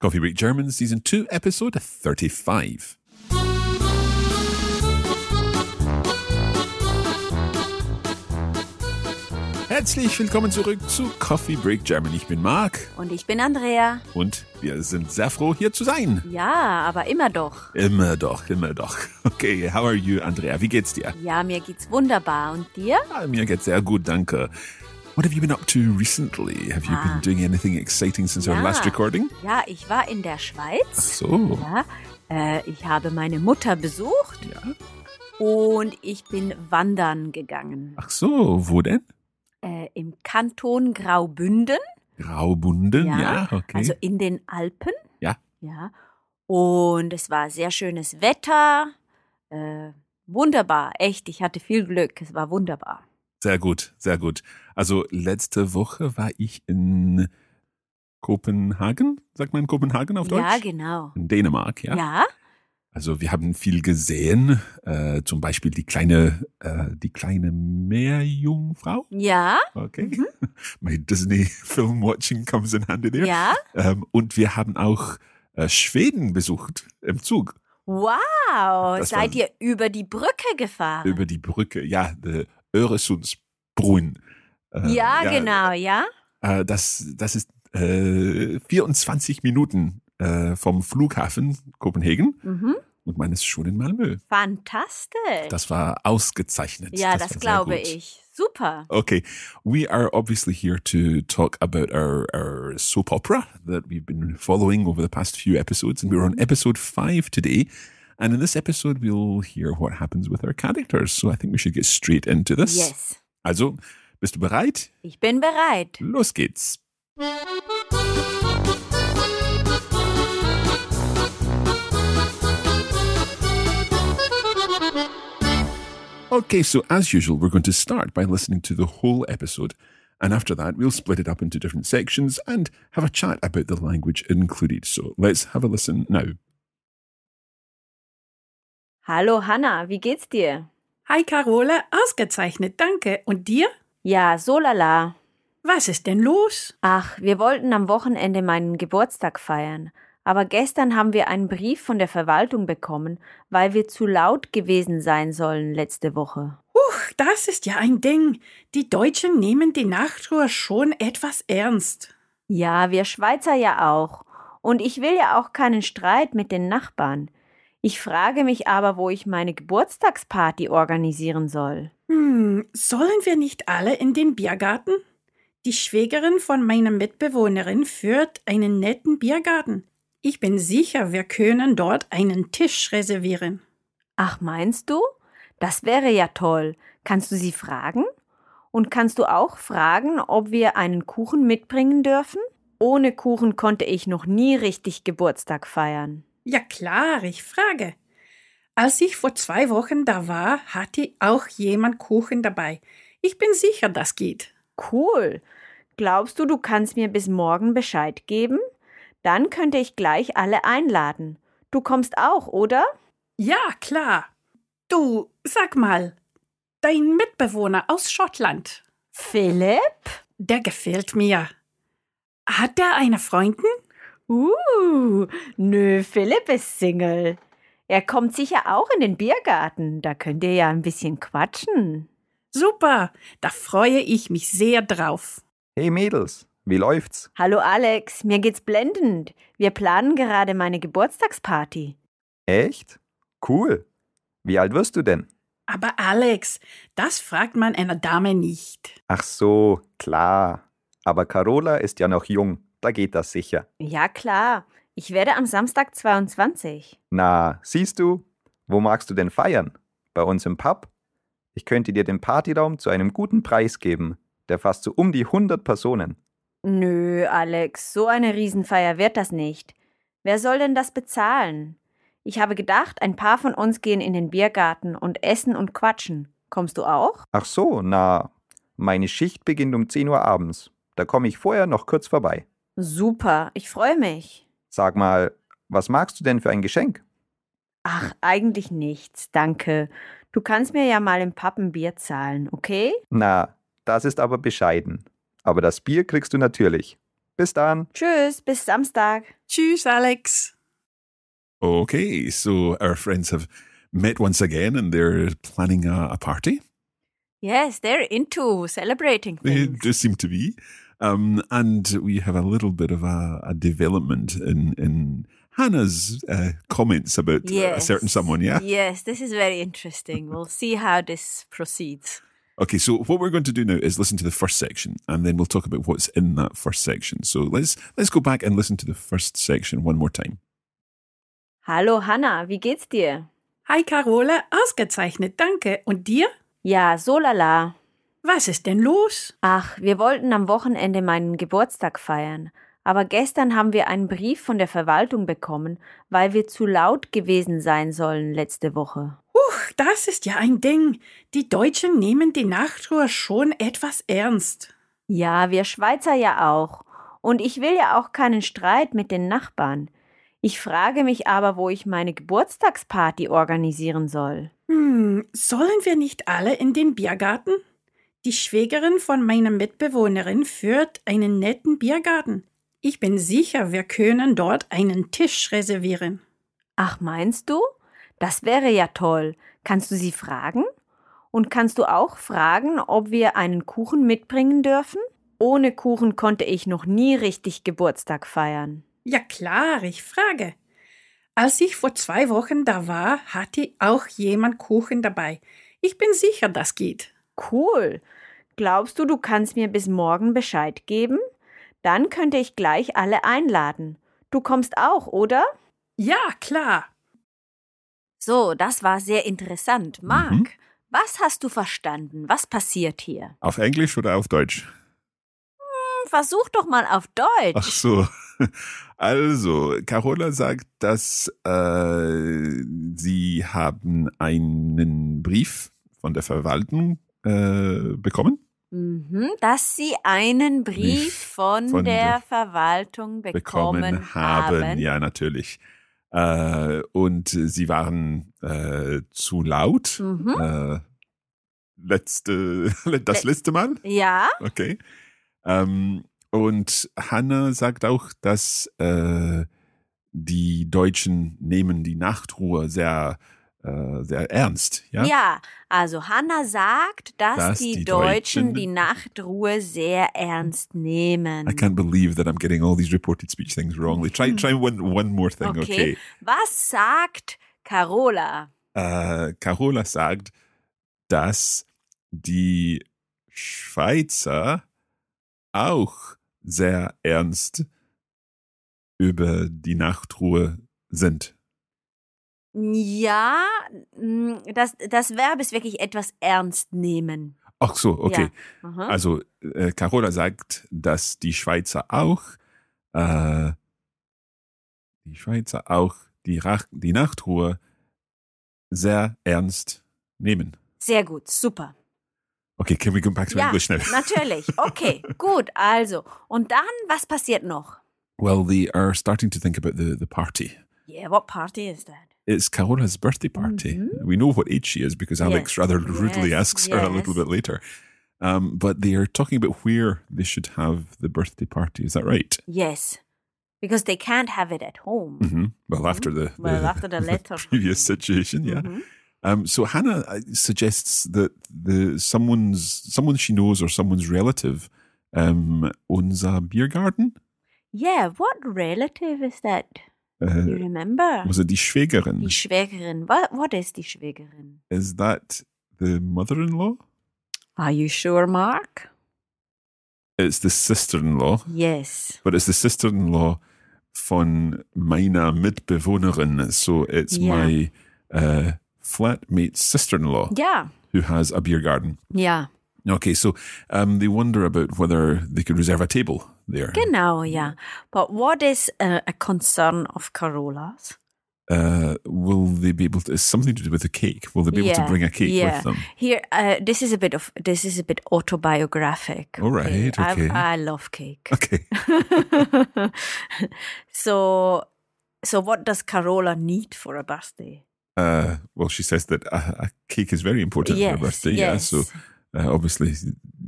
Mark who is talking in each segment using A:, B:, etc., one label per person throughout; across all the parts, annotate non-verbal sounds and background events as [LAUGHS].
A: Coffee Break German, Season 2, Episode 35. Herzlich willkommen zurück zu Coffee Break German. Ich bin Marc
B: Und ich bin Andrea.
A: und wir sind sehr froh, hier zu sein.
B: Ja, aber immer doch.
A: Immer doch, immer doch. [LAUGHS] Okay, how are you, Andrea? Wie geht's dir?
B: Ja, mir geht's wunderbar. Und dir?
A: Ah, Mir geht's sehr gut, danke. What have you been up to recently? Have you been doing anything exciting since our
B: Ja.
A: last recording?
B: Ja, ich war in der Schweiz.
A: So,
B: Ja, äh, ich habe meine Mutter besucht
A: ja.
B: und ich bin wandern gegangen.
A: Ach so, wo denn?
B: Äh, Im Kanton Graubünden.
A: Graubunden, ja, okay.
B: Also in den Alpen.
A: Ja.
B: Ja. Und es war sehr schönes Wetter. Äh, wunderbar, echt. Ich hatte viel Glück. Es war wunderbar.
A: Sehr gut, sehr gut. Also letzte Woche war ich in Kopenhagen, sagt man Kopenhagen auf Deutsch?
B: Ja, genau.
A: In Dänemark, ja.
B: ja.
A: Also wir haben viel gesehen, äh, zum Beispiel die kleine, äh, die kleine Meerjungfrau.
B: Ja,
A: Okay.
B: Mhm.
A: [LAUGHS] My Disney Film Watching comes in handy there.
B: ja.
A: Ähm, und wir haben auch äh, Schweden besucht im Zug
B: Wow,
A: Das
B: seid
A: war-
B: ihr über die Brücke gefahren?
A: über die Brücke, ja, the Öresundsbrunn. Äh,
B: ja, genau, ja.
A: Äh, das, das ist äh, 24 Minuten äh, vom Flughafen Kopenhagen
B: Mhm.
A: und man ist schon in Malmö.
B: Fantastisch.
A: Das war ausgezeichnet.
B: ja, das,
A: war sehr
B: glaube
A: gut.
B: ich. Super.
A: Okay, we are obviously here to talk about our, our soap opera that we've been following over the past few episodes, and we're on episode five today. And in this episode, we'll hear what happens with our characters. So I think we should get straight into this.
B: Yes.
A: Also, bist du bereit?
B: Ich bin bereit.
A: Los geht's. Okay, so as usual, we're going to start by listening to the whole episode, and after that, we'll split it up into different sections and have a chat about the language included. So let's have a listen now.
B: Hallo Hanna, wie geht's dir?
C: Hi Carole, ausgezeichnet, danke. Und dir?
B: Ja, so lala.
C: Was ist denn los?
B: Ach, wir wollten am Wochenende meinen Geburtstag feiern. Aber gestern haben wir einen Brief von der Verwaltung bekommen, weil wir zu laut gewesen sein sollen letzte Woche.
C: Huch, das ist ja ein Ding. Die Deutschen nehmen die Nachtruhe schon etwas ernst.
B: Ja, wir Schweizer ja auch. Und ich will ja auch keinen Streit mit den Nachbarn. Ich frage mich aber, wo ich meine Geburtstagsparty organisieren soll.
C: Hm, sollen wir nicht alle in den Biergarten? Die Schwägerin von meiner Mitbewohnerin führt einen netten Biergarten. Ich bin sicher, wir können dort einen Tisch reservieren.
B: Ach, meinst du? Das wäre ja toll. Kannst du sie fragen? Und kannst du auch fragen, ob wir einen Kuchen mitbringen dürfen? Ohne Kuchen konnte ich noch nie richtig Geburtstag feiern.
C: Ja klar, ich frage. Als ich vor zwei Wochen da war, hatte auch jemand Kuchen dabei. Ich bin sicher, das geht.
B: Cool. Glaubst du, du kannst mir bis morgen Bescheid geben? Dann könnte ich gleich alle einladen. Du kommst auch, oder?
C: Ja, klar. Du, sag mal, dein Mitbewohner aus Schottland,
B: Philipp?
C: der gefällt mir. Hat der eine Freundin?
B: Uh, nö, Philipp ist Single. Er kommt sicher auch in den Biergarten. Da könnt ihr ja ein bisschen quatschen.
C: Super, da freue ich mich sehr drauf.
D: Hey Mädels, wie läuft's?
B: Hallo Alex, mir geht's blendend. Wir planen gerade meine Geburtstagsparty.
D: Echt? Cool. Wie alt wirst du denn?
C: Aber Alex, das fragt man einer Dame nicht.
D: Ach so, klar. Aber Carola ist ja noch jung, da geht das sicher.
B: Ja klar, ich werde am Samstag 22.
D: Na, siehst du, wo magst du denn feiern? Bei uns im Pub? Ich könnte dir den Partyraum zu einem guten Preis geben, der fasst so um die 100 Personen.
E: Nö, Alex, so eine Riesenfeier wird das nicht. Wer soll denn das bezahlen? Ich habe gedacht, ein paar von uns gehen in den Biergarten und essen und quatschen. Kommst du auch?
D: Ach so, na, meine Schicht beginnt um 10 Uhr abends. Da komme ich vorher noch kurz vorbei.
E: Super, ich freue mich.
D: Sag mal, was magst du denn für ein Geschenk?
E: Ach, eigentlich nichts, danke. Du kannst mir ja mal im Pappen Bier zahlen, okay?
D: Na, das ist aber bescheiden. Aber das Bier kriegst du natürlich. Bis dann.
E: Tschüss, bis Samstag.
C: Tschüss, Alex.
A: Okay, so our friends have met once again and they're planning a, a party. [LAUGHS]
E: Yes, they're into celebrating
A: They
E: things.
A: do seem to be. Um, and we have a little bit of a, a development in, in Hannah's uh, comments about uh, a certain someone, yeah?
E: Yes, this is very interesting. we'll see how this proceeds.
A: Okay, so what we're going to do now is listen to the first section, and then we'll talk about what's in that first section. So let's let's go back and listen to the first section one more time.
E: Hallo Hanna, wie geht's dir?
C: Hi, Carola. Ausgezeichnet, danke. Und dir?
E: Ja, so lala.
C: Was ist denn los?
E: Ach, wir wollten am Wochenende meinen Geburtstag feiern. Aber gestern haben wir einen Brief von der Verwaltung bekommen, weil wir zu laut gewesen sein sollen letzte Woche.
C: Huch, das ist ja ein Ding. Die Deutschen nehmen die Nachtruhe schon etwas ernst.
E: Ja, wir Schweizer ja auch. Und ich will ja auch keinen Streit mit den Nachbarn. Ich frage mich aber, wo ich meine Geburtstagsparty organisieren soll.
C: Hm, sollen wir nicht alle in den Biergarten? Die Schwägerin von meiner Mitbewohnerin führt einen netten Biergarten. Ich bin sicher, wir können dort einen Tisch reservieren.
E: Ach, meinst du? Das wäre ja toll. Kannst du sie fragen? Und kannst du auch fragen, ob wir einen Kuchen mitbringen dürfen? Ohne Kuchen konnte ich noch nie richtig Geburtstag feiern.
C: Ja klar, ich frage. Als ich vor zwei Wochen da war, hatte auch jemand Kuchen dabei. Ich bin sicher, das geht.
E: Cool. Glaubst du, du kannst mir bis morgen Bescheid geben? Dann könnte ich gleich alle einladen. Du kommst auch, oder?
C: Ja, klar.
B: So, das war sehr interessant. Marc,
A: Mhm.
B: was hast du verstanden? Was passiert hier?
A: Auf Englisch oder auf [LAUGHS] Deutsch?
B: Hm, Versuch doch mal auf Deutsch.
A: Ach so. Also, Carola sagt, dass äh, sie haben einen Brief von der Verwaltung äh, bekommen.
B: Mhm, dass sie einen Brief von,
A: von der
B: der Verwaltung bekommen, haben.
A: Ja, natürlich. Äh, und sie waren äh, zu laut.
B: Mhm.
A: Äh, letzte, [LAUGHS] das
B: Le- Ah.
A: letzte Mal.
B: Ja,
A: Okay. Ähm, und Hanna sagt auch, dass äh, die Deutschen nehmen die Nachtruhe sehr, äh, sehr ernst. Ja.
B: ja, Also Hanna sagt, dass,
A: Dass
B: die,
A: die
B: Deutschen,
A: Deutschen-
B: die Nachtruhe sehr ernst nehmen.
A: I can't believe that I'm getting all these reported speech things wrongly. Try, try one, one more thing,
B: Hm. Okay.
A: okay?
B: Was sagt Carola?
A: äh, Carola sagt, dass die Schweizer auch sehr ernst über die Nachtruhe sind.
B: Ja, mm, das, das Verb ist wirklich etwas ernst nehmen.
A: Ach so, okay.
B: Ja. Mhm.
A: Also äh, Carola sagt, dass die Schweizer auch äh, die Schweizer auch die, Rach die Nachtruhe sehr ernst nehmen.
B: Sehr gut, super.
A: Okay, can we go back to
B: Ja,
A: English now?
B: Natürlich. Okay, [LAUGHS] gut. Also, und dann, was passiert noch?
A: Well, they are starting to think about the, the party.
B: Yeah, what party is that?
A: It's Carola's birthday party. We know what age she is because Alex
B: Mm-hmm. Yes,
A: rather rudely
B: yes,
A: asks her a little
B: yes.
A: bit later. Um, but they are talking about where they should have the birthday party. Is that right?
B: Yes. Because they can't have it at home.
A: hmm Well, after the,
B: Mm-hmm.
A: [LAUGHS]
B: Well,
A: the-
B: after the letter.
A: previous situation, yeah.
B: Mhm.
A: Um, so Hannah uh, suggests that the someone's someone she knows or someone's relative um, owns a beer garden.
B: Yeah, what relative is that? You
A: Uh,
B: remember?
A: was it die Schwägerin?
B: Die Schwägerin. What, what is die Schwägerin?
A: Is that the mother-in-law?
B: Are you sure, Mark?
A: It's the sister-in-law.
B: Yes.
A: but it's the sister-in-law von meiner Mitbewohnerin. So it's
B: Yeah.
A: my uh, flatmate's sister-in-law
B: Yeah.
A: who has a beer garden.
B: Yeah.
A: Okay, so um, they wonder about whether they could reserve a table there.
B: Genau, yeah. But what is uh, a concern of Carola's?
A: Uh, will they be able to? It's something to do with the cake. Will they be able
B: Yeah,
A: to bring a cake
B: yeah.
A: with them?
B: Here, uh, this is a bit of this is a bit autobiographic.
A: All right,
B: I-
A: okay.
B: I,
A: [LAUGHS]
B: love cake. [LAUGHS]
A: Okay.
B: so, so what does Carola need for a birthday?
A: Uh, well, she says that a, a cake is very important for
B: Yes,
A: her birthday.
B: yes.
A: Yeah. So uh, obviously,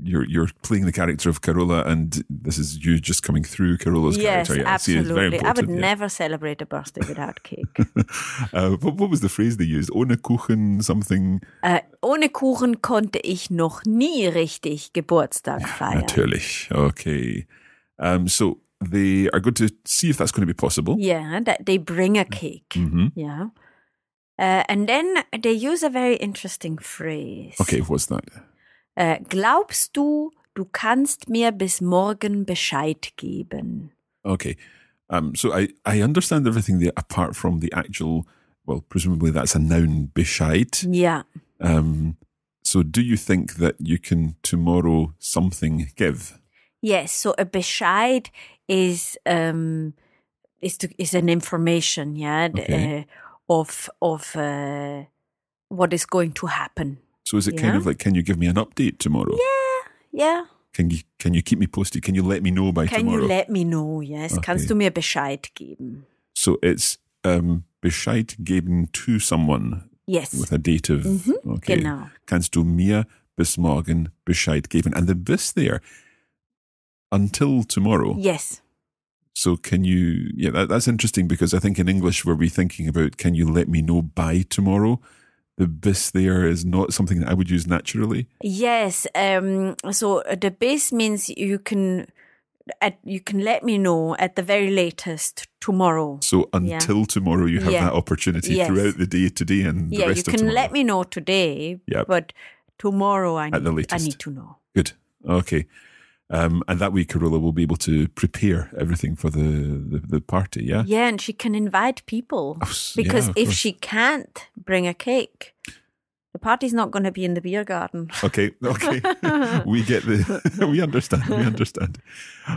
A: you're you're playing the character of Carola, and this is you just coming through Carola's
B: yes,
A: character. Yeah, I see, it's very
B: absolutely. I would
A: important, yeah.
B: never celebrate a birthday without cake. [LAUGHS]
A: uh, what, what was the phrase they used? Ohne Kuchen, something.
B: Äh, ohne Kuchen konnte ich noch nie richtig Geburtstag feiern.
A: Natürlich. Uh, Okay. Um, so they are going to see if that's going to be possible.
B: Yeah, that they bring a cake.
A: hmm
B: Yeah. Uh, and then they use a very interesting phrase.
A: Okay, what's that?
B: Äh, glaubst du, du kannst mir bis morgen Bescheid geben?
A: Okay. Um, so I, I understand everything there apart from the actual, well, presumably that's a noun, Bescheid.
B: Ja.
A: Um, so do you think that you can tomorrow something give?
B: Yes, so a Bescheid is um is to, is an information, yeah, d-
A: Okay.
B: uh, of of uh, what is going to happen.
A: So is it kind
B: Yeah.
A: of like, can you give me an update tomorrow?
B: Yeah.
A: Can you can you keep me posted? Can you let me know by
B: Can
A: tomorrow?
B: you let me know? Yes,
A: Okay.
B: kannst du mir Bescheid geben?
A: so it's um, Bescheid geben to someone
B: Yes.
A: with a date of
B: Mhm,
A: okay.
B: genau.
A: Kannst du mir bis morgen Bescheid geben? And the bis there until tomorrow.
B: Yes.
A: So can you? Yeah, that, that's interesting because I think in English where we're thinking about can you let me know by tomorrow, the bis there is not something that I would use naturally.
B: Yes. Um, so the base means you can at, you can let me know at the very latest tomorrow.
A: So
B: Yeah.
A: until tomorrow, you have
B: Yeah.
A: that opportunity
B: Yes.
A: throughout the day today and
B: yeah,
A: the
B: you
A: rest
B: can
A: of tomorrow.
B: let me know today,
A: Yep.
B: but tomorrow I
A: At
B: need,
A: the
B: I
A: latest.
B: need to know.
A: Good. Okay. Um, and that way, Corolla will be able to prepare everything for the the, the party. Yeah.
B: Yeah, and she can invite people
A: Of s- yeah,
B: because
A: of
B: if
A: course.
B: she can't bring a cake, the party's not going to be in the beer garden.
A: Okay,
B: [LAUGHS]
A: okay. [LAUGHS] we get the [LAUGHS] we understand, we understand.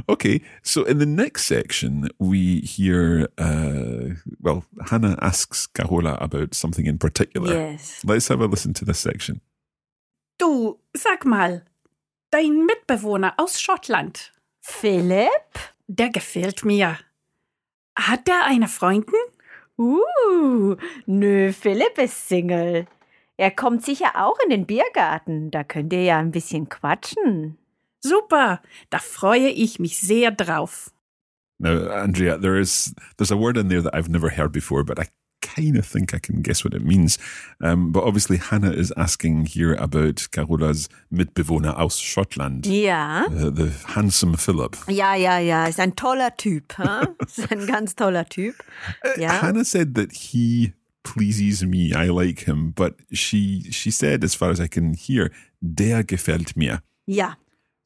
A: Okay, so in the next section we hear uh well, Hannah asks Carola about something in particular.
B: Yes.
A: Let's have a listen to this section.
C: Du, sag mal, dein Mitbewohner aus Schottland,
E: Philipp?
C: der gefällt mir. Hat der eine Freundin?
E: Uh, nö, Philipp ist Single. Er kommt sicher auch in den Biergarten. Da könnt ihr ja ein bisschen quatschen.
C: Super, da freue ich mich sehr drauf.
A: Now, Andrea, there is there's a word in there that I've never heard before, but I kind of think I can guess what it means. Um, but obviously Hannah is asking here about Carola's Mitbewohner aus Schottland.
B: Ja.
A: The, the handsome Philip.
B: Ja, ja, ja, ist ein toller
A: [LAUGHS]
B: Typ. Huh? Ist ein ganz toller Typ. Ja.
A: Hannah said that he pleases me. I like him, but she she said, as far as I can hear, der gefällt mir.
B: Ja.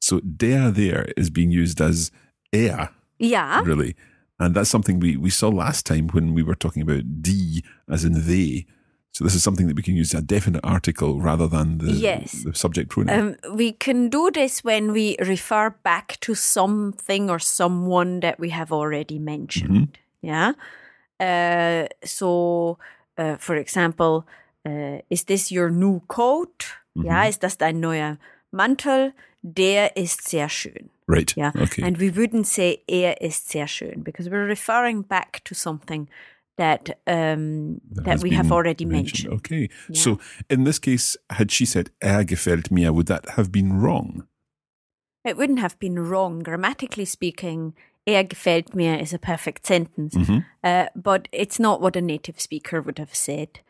A: So der there is being used as er
B: Ja.
A: really, and that's something we we saw last time when we were talking about die as in they. So this is something that we can use a definite article rather than the,
B: Yes.
A: the subject pronoun.
B: Um, we can do this when we refer back to something or someone that we have already mentioned.
A: Mm-hmm.
B: Yeah. Uh, so, uh, for example, uh, is this your new coat?
A: Mm-hmm.
B: Ja, ist das dein neuer Mantel? Der ist sehr schön.
A: right.
B: Yeah.
A: Okay.
B: And we wouldn't say er ist sehr schön because we're referring back to something that um, that,
A: has
B: we have
A: been
B: already mentioned.
A: Okay. So in this case, had she said er gefällt mir, would that have been wrong?
B: It wouldn't have been wrong, grammatically speaking. Er gefällt mir is a perfect sentence, uh, but it's not what a native speaker would have said.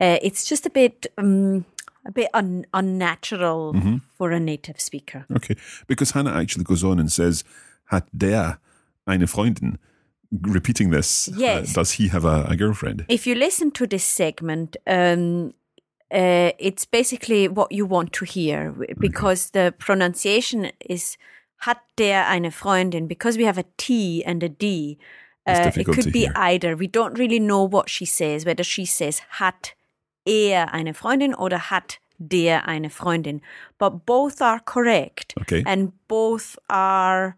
B: Uh, it's just a bit, um, a bit un- unnatural for a native speaker.
A: Okay, because Hannah actually goes on and says, "Hat der eine Freundin?" Repeating this, uh,
B: Yes.
A: does he have a, a girlfriend?
B: If you listen to this segment, um, uh, it's basically what you want to hear w- because the pronunciation is hat der eine Freundin because we have a T and a D.
A: It's
B: Uh, it
A: difficult to
B: could be
A: hear.
B: either. We don't really know what she says, whether she says hat er eine Freundin oder hat der eine Freundin. But both are correct.
A: Okay.
B: And both are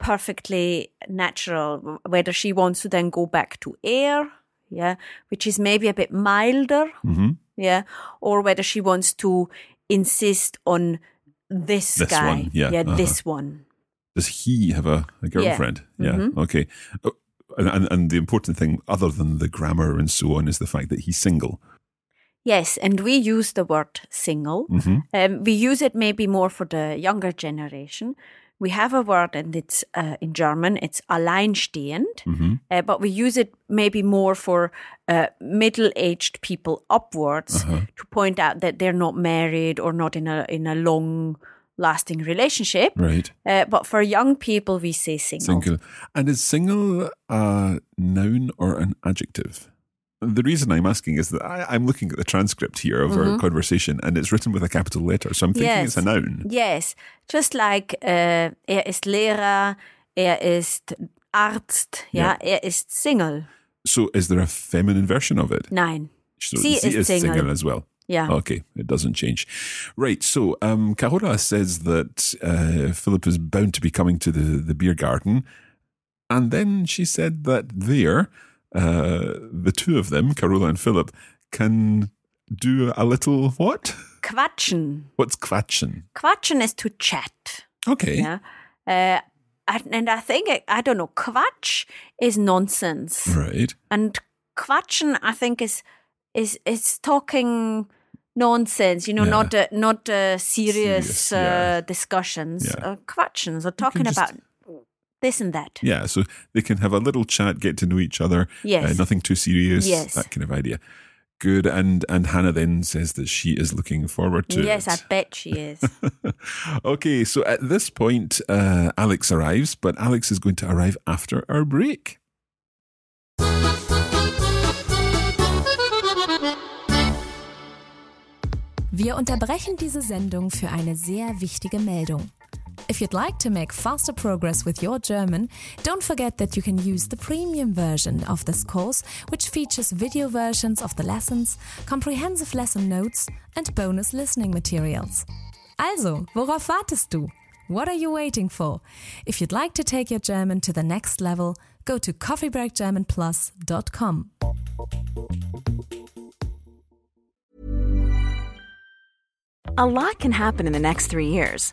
B: perfectly natural. Whether she wants to then go back to air, yeah, which is maybe a bit milder,
A: hmm
B: yeah, or whether she wants to insist on this,
A: This
B: guy,
A: one, yeah, uh-huh.
B: this one.
A: Does he have a, a girlfriend? Yeah.
B: Mm-hmm.
A: Okay. Uh, And, and, and the important thing, other than the grammar and so on, is the fact that he's single.
B: Yes, and we use the word single.
A: hmm
B: Um, we use it maybe more for the younger generation. We have a word, and it's uh, in German, it's alleinstehend,
A: hmm
B: uh, but we use it maybe more for uh, middle aged people upwards
A: Uh-huh.
B: to point out that they're not married or not in a, in a long lasting relationship.
A: Right.
B: Uh, but for young people, we say single.
A: Single. Oh. And is single a noun or an adjective? The reason I'm asking is that I, I'm looking at the transcript here of our conversation and it's written with a capital letter. So I'm thinking it's a noun.
B: Mm-hmm. Yes. Yes, just like äh, er ist Lehrer, er ist Arzt, ja, er ist Single.
A: So is there a feminine version of it?
B: Nein,
A: So
B: She
A: she
B: is
A: is single.
B: single.
A: as well.
B: ja.
A: Okay, it doesn't change. Right, so um, Kahora says that uh, Philip is bound to be coming to the, the beer garden. And then she said that there, uh, the two of them, Carola and Philip, can do a little what?
B: Quatschen.
A: What's quatschen?
B: Quatschen is to chat.
A: Okay.
B: Yeah. Uh, and, and I think, it- I don't know, quatsch is nonsense.
A: Right.
B: And quatschen, I think, is is is talking nonsense, you know,
A: Yeah.
B: not uh, not uh, serious,
A: Serious,
B: uh,
A: yeah.
B: discussions.
A: Yeah.
B: Uh, quatschen, so talking
A: just-
B: about this and that.
A: Yeah, so they can have a little chat, get to know each other.
B: Yes.
A: Uh, nothing too serious.
B: Yes.
A: That kind of idea. Good. And and Hannah then says that she is looking forward to
B: yes,
A: it.
B: I bet
A: [LAUGHS]
B: she is.
A: okay, so at this point, uh, Alex arrives, but Alex is going to arrive after our break.
F: Wir unterbrechen diese Sendung für eine sehr wichtige Meldung. If you'd like to make faster progress with your German, don't forget that you can use the premium version of this course, which features video versions of the lessons, comprehensive lesson notes and bonus listening materials. Also, worauf wartest du? What are you waiting for? If you'd like to take your German to the next level, go to coffeebreakgermanplus.com.
G: A lot can happen in the next three years.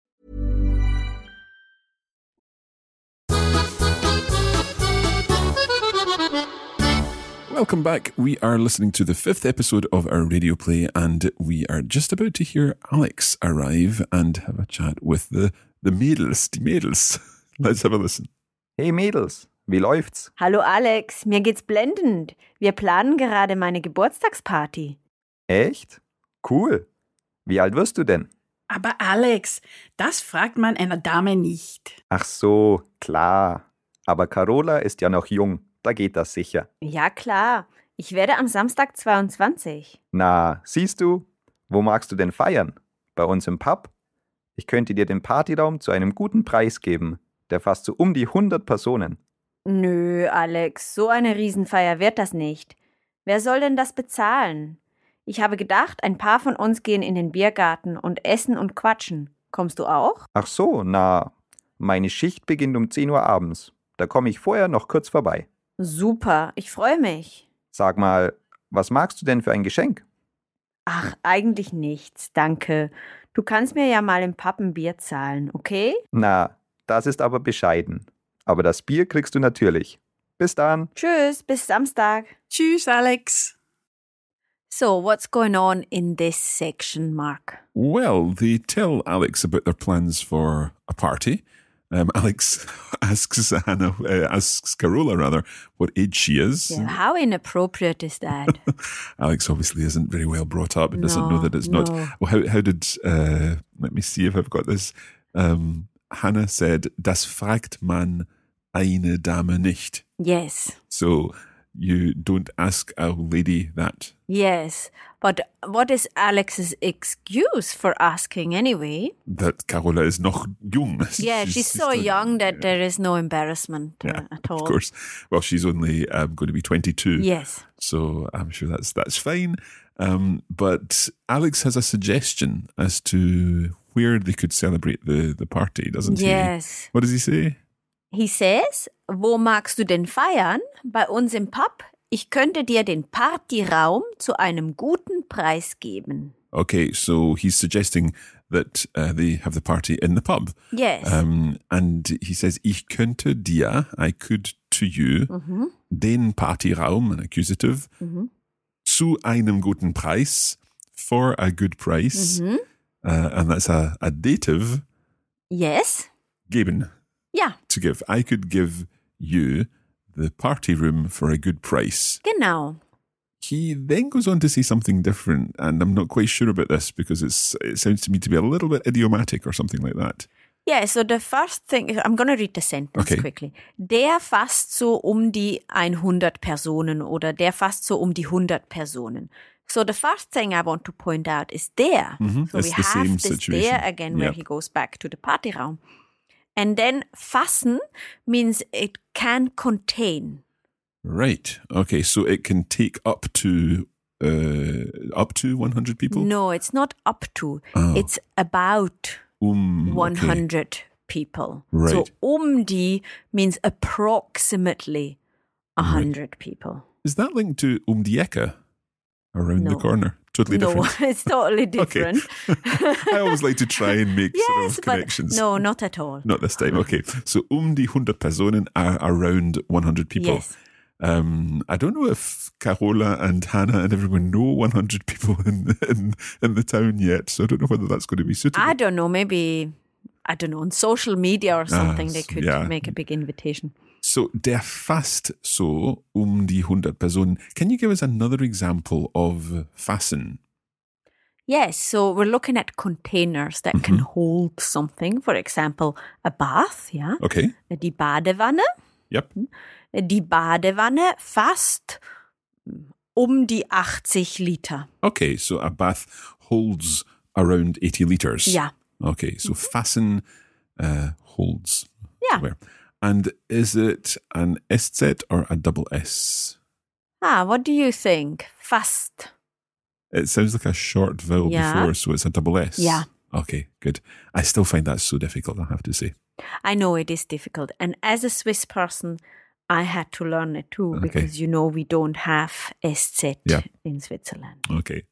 A: Welcome back. We are listening to the fifth episode of our radio play, and we are just about to hear Alex arrive and have a chat with the the mädels, the mädels. [LAUGHS] Let's have a listen.
D: Hey Mädels, wie läuft's?
E: Hallo Alex, mir geht's blendend. Wir planen gerade meine Geburtstagsparty.
D: Echt? Cool. Wie alt wirst du denn?
C: Aber Alex, das fragt man einer Dame nicht.
D: Ach so, klar. Aber Carola ist ja noch jung, da geht das sicher.
E: Ja klar, ich werde am Samstag 22.
D: Na, siehst du, wo magst du denn feiern? Bei uns im Pub? Ich könnte dir den Partyraum zu einem guten Preis geben, der fasst so um die 100 Personen.
E: Nö, Alex, so eine Riesenfeier wird das nicht. Wer soll denn das bezahlen? Ich habe gedacht, ein paar von uns gehen in den Biergarten und essen und quatschen. Kommst du auch?
D: Ach so, na, meine Schicht beginnt um 10 Uhr abends. Da komme ich vorher noch kurz vorbei.
E: Super, ich freue mich.
D: Sag mal, was magst du denn für ein Geschenk?
E: Ach, eigentlich nichts, danke. Du kannst mir ja mal im Pappen Bier zahlen, okay?
D: Na, das ist aber bescheiden. Aber das Bier kriegst du natürlich. Bis dann.
E: Tschüss, bis Samstag.
C: Tschüss, Alex.
B: So, what's going on in this section, Mark?
A: Well, they tell Alex about their plans for a party. Um, Alex [LAUGHS] asks Hannah, uh, asks Carola rather, what age she is.
B: Yeah, How inappropriate is
E: [LAUGHS]
B: that?
A: Alex obviously isn't very well brought up and doesn't know
B: No,
A: that it's not.
B: no.
A: Well, how, how did? Uh, let me see if I've got this. Um, Hannah said, "Das fragt man eine Dame nicht."
B: yes,
A: So you don't ask a lady that.
B: yes. But what is Alex's excuse for asking anyway?
A: That Carola is noch jung. [LAUGHS]
B: Yeah, she's, so
A: still-
B: young that there is no embarrassment uh,
A: Yeah,
B: at all.
A: Of course. Well, she's only um, going to be twenty-two.
B: Yes.
A: So I'm sure that's that's fine. Um, but Alex has a suggestion as to where they could celebrate the, the party, doesn't he?
B: Yes.
A: What does he say?
B: He says, wo magst du denn feiern? Bei uns im Pub. Ich könnte dir den Partyraum zu einem guten Preis geben.
A: Okay, so he's suggesting that uh, they have the party in the pub.
B: Yes.
A: Um, and he says, Ich könnte dir, I could to you,
B: Mm-hmm.
A: den Partyraum, an accusative, zu einem guten Preis, for a good price.
B: Mm-hmm.
A: Uh, and that's a, a dative,
B: yes.
A: geben.
B: Ja,
A: to give. I could give you the party room for a good price.
B: genau.
A: He then goes on to say something different, and I'm not quite sure about this because it's it sounds to me to be a little bit idiomatic or something like that.
B: Yeah, so the first thing, I'm going to read the sentence
A: Okay.
B: quickly. Der fasst so um die 100 Personen oder der fasst so um die 100 Personen. So the first thing I want to point out is there.
A: Mhm,
B: So
A: it's
B: we
A: the
B: have
A: same
B: this
A: situation.
B: there again where
A: Yep.
B: he goes back to the Partyraum. And then fassen means it can contain.
A: Right. Okay. So it can take up to uh, up to 100 people.
B: No, it's not up to.
A: Oh.
B: It's about
A: Um, okay.
B: 100 people. So
A: Right.
B: um die means approximately 100 people.
A: Is that linked to um die Ecke, around the
B: No.
A: corner? Totally
B: no,
A: different.
B: [LAUGHS] it's totally
A: [LAUGHS] Okay.
B: different.
A: I always like to try and
B: [LAUGHS]
A: make
B: yes,
A: sort of
B: but
A: connections.
B: no, not at all.
A: Not this time. Okay. So um die 100 Personen are around 100 people.
B: Yes.
A: Um, I don't know if Carola and Hannah and everyone know 100 people in, in in the town yet, so I don't know whether that's going to be suitable.
B: I don't know, maybe I don't know, on social media or something they
A: so-
B: could
A: Ah, yeah.
B: make a big invitation.
A: so der fast so um die 100 Personen. Can you give us another example of fasten?
B: Yes, so we're looking at containers that can
A: Mm-hmm.
B: hold something. For example, a bath, yeah.
A: Okay.
B: Die Badewanne.
A: Yep.
B: Die Badewanne fast um die 80 Liter.
A: Okay. So a bath holds around 80 liters.
B: Yeah. Mm-hmm.
A: Okay. So fasten uh, holds.
B: Yeah.
A: Where? And is it an SZ or a double S?
B: Ah, what do you think? Fast.
A: It sounds like a short vowel
B: Yeah.
A: before, so it's a double S.
B: Yeah.
A: Okay, good. I still find that so difficult, I have to say.
B: I know it is difficult. And as a Swiss person, I had to learn it too
A: Okay.
B: because you know we don't have SZ
A: Yeah.
B: in Switzerland.
A: Okay.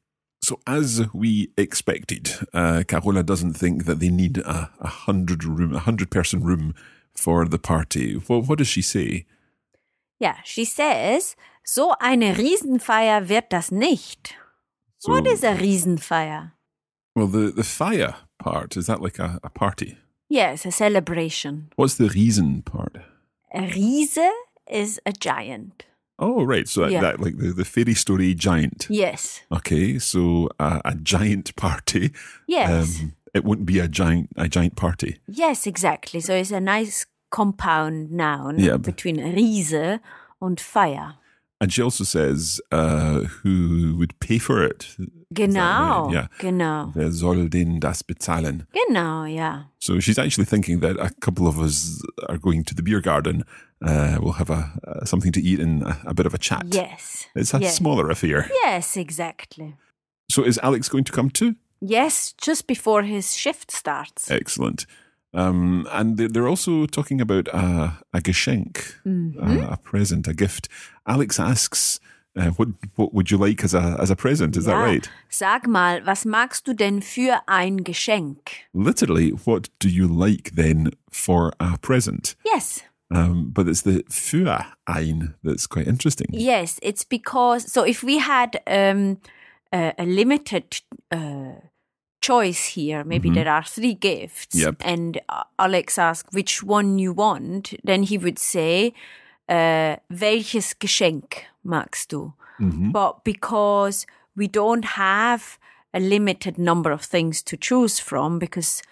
A: So, as we expected, uh, Carola doesn't think that they need a, a hundred room, a hundred person room for the party. Well, what does she say?
B: Yeah, she says, so eine Riesenfeier wird das nicht.
A: So,
B: what is a Riesenfeier?
A: Well, the, the fire part, is that like a, a party?
B: Yes, a celebration.
A: What's the reason part?
B: A Riese is a giant.
A: Oh, right. So, that-
B: Yeah.
A: that, like the, the fairy story giant.
B: Yes.
A: Okay, so uh, a giant party.
B: Yes.
A: Um, it wouldn't be a giant a giant party.
B: yes, exactly. So it's a nice compound noun
A: Yeah, but-
B: between Riese und Feier.
A: And she also says uh, who would pay for it. Uh,
B: Genau.
A: Yeah.
B: Genau.
A: Wer soll den das bezahlen?
B: Genau, ja.
A: So she's actually thinking that a couple of us are going to the beer garden. Uh, we'll have a, uh, something to eat and a, a bit of a chat.
B: Yes.
A: It's a
B: yes.
A: smaller affair.
B: Yes, exactly.
A: So is Alex going to come too?
B: Yes, just before his shift starts.
A: Excellent. Um, and they- they're also talking about a, a geschenk, uh, a, a present, a gift. Alex asks, uh, "What what would you like as a as a present?" Is that
B: Ja.
A: right?
B: Sag mal, was magst du denn für ein Geschenk?
A: Literally, what do you like then for a present?
B: Yes.
A: Um, but it's the für ein that's quite interesting.
B: Yes, it's because so if we had um, a, a limited uh, choice here, maybe
A: Mhm.
B: there are three gifts,
A: Yep.
B: and uh, Alex asks which one you want, then he would say, uh, "Welches Geschenk magst du?"
A: Mhm.
B: But because we don't have a limited number of things to choose from, because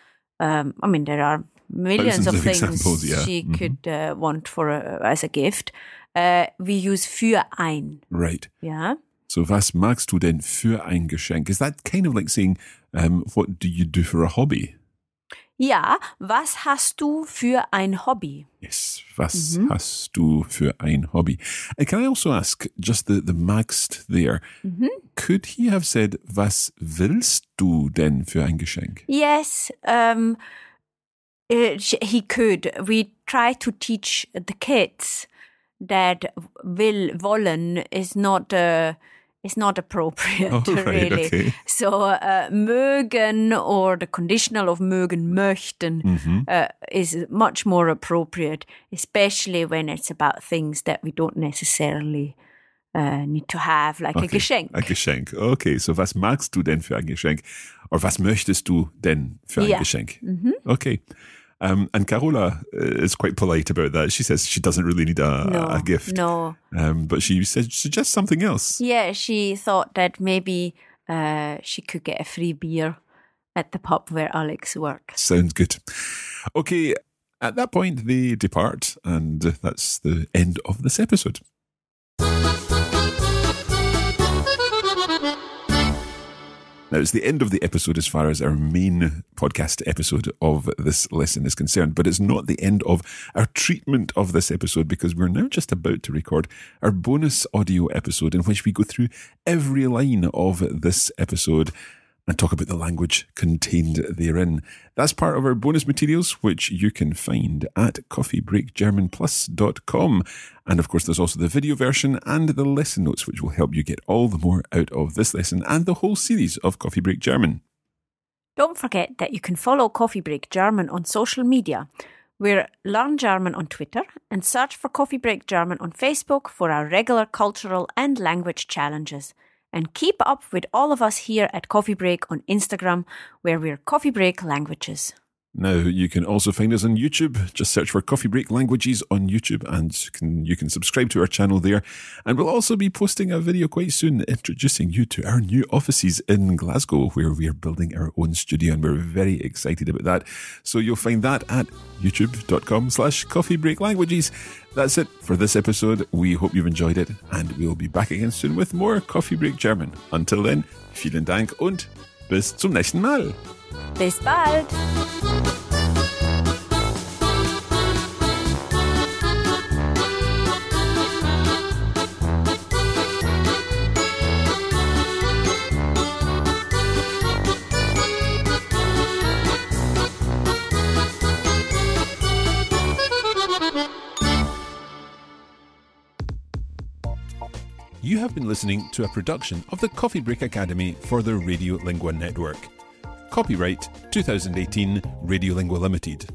B: um, I mean there are millions
A: Thousands
B: of,
A: of
B: things
A: examples, yeah.
B: she
A: Mhm.
B: could uh, want for a, as a gift, uh, we use für ein.
A: Right.
B: Yeah.
A: So was magst du denn für ein Geschenk? Is that kind of like saying, um, what do you do for a hobby?
B: Ja, was hast du für ein Hobby?
A: Yes. Was hast du für ein Hobby? And can I also ask, just the, the magst there, could he have said, was willst du denn für ein
B: [LAUGHS]
A: Geschenk?
B: Yes, um, uh, sh- he could. We try to teach the kids that will wollen is not uh, is
A: [LAUGHS]
B: not appropriate,
A: Oh, right,
B: really.
A: okay.
B: So uh, mögen or the conditional of mögen möchten
A: Mm. Mm-hmm.
B: uh, is much more appropriate, especially when it's about things that we don't necessarily uh, need to have, like a
A: Okay,
B: geschenk.
A: Ein Geschenk. Okay, so was magst du denn für ein Geschenk? Oder was möchtest du denn für ein
B: Ja. Mhm.
A: Geschenk? Okay. Um, and Carola uh, is quite polite about that. She says she doesn't really need a,
B: no,
A: a gift.
B: no.
A: Um, but she said, suggests something else.
B: Yeah, she thought that maybe uh, she could get a free beer at the pub where Alex works.
A: Sounds good. Okay, at that point, they depart, and that's the end of this episode. Now, it's the end of the episode as far as our main podcast episode of this lesson is concerned, but it's not the end of our treatment of this episode because we're now just about to record our bonus audio episode in which we go through every line of this episode and talk about the language contained therein. That's part of our bonus materials, which you can find at coffeebreakgermanplus.com. And of course, there's also the video version and the lesson notes, which will help you get all the more out of this lesson and the whole series of Coffee Break German.
B: Don't forget that you can follow Coffee Break German on social media. We're Learn German on Twitter and search for Coffee Break German on Facebook for our regular cultural and language challenges. And keep up with all of us here at Coffee Break on Instagram, where we're Coffee Break Languages.
A: Now, you can also find us on YouTube. Just search for Coffee Break Languages on YouTube and you can, you can subscribe to our channel there. And we'll also be posting a video quite soon introducing you to our new offices in Glasgow, where we are building our own studio and we're very excited about that. So you'll find that at youtube.com slash coffee break languages. That's it for this episode. We hope you've enjoyed it and we'll be back again soon with more Coffee Break German. Until then, vielen Dank und bis zum nächsten Mal.
B: Bis bald!
A: You have been listening to a production of the Coffee Break Academy for the Radiolingua Network. Copyright 2018 Radiolingua Limited.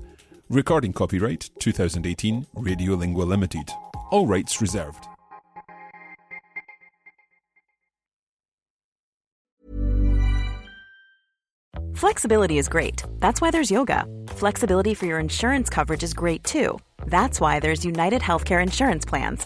A: Recording copyright 2018 Radiolingua Limited. All rights reserved.
G: Flexibility is great. That's why there's yoga. Flexibility for your insurance coverage is great too. That's why there's United Healthcare Insurance Plans.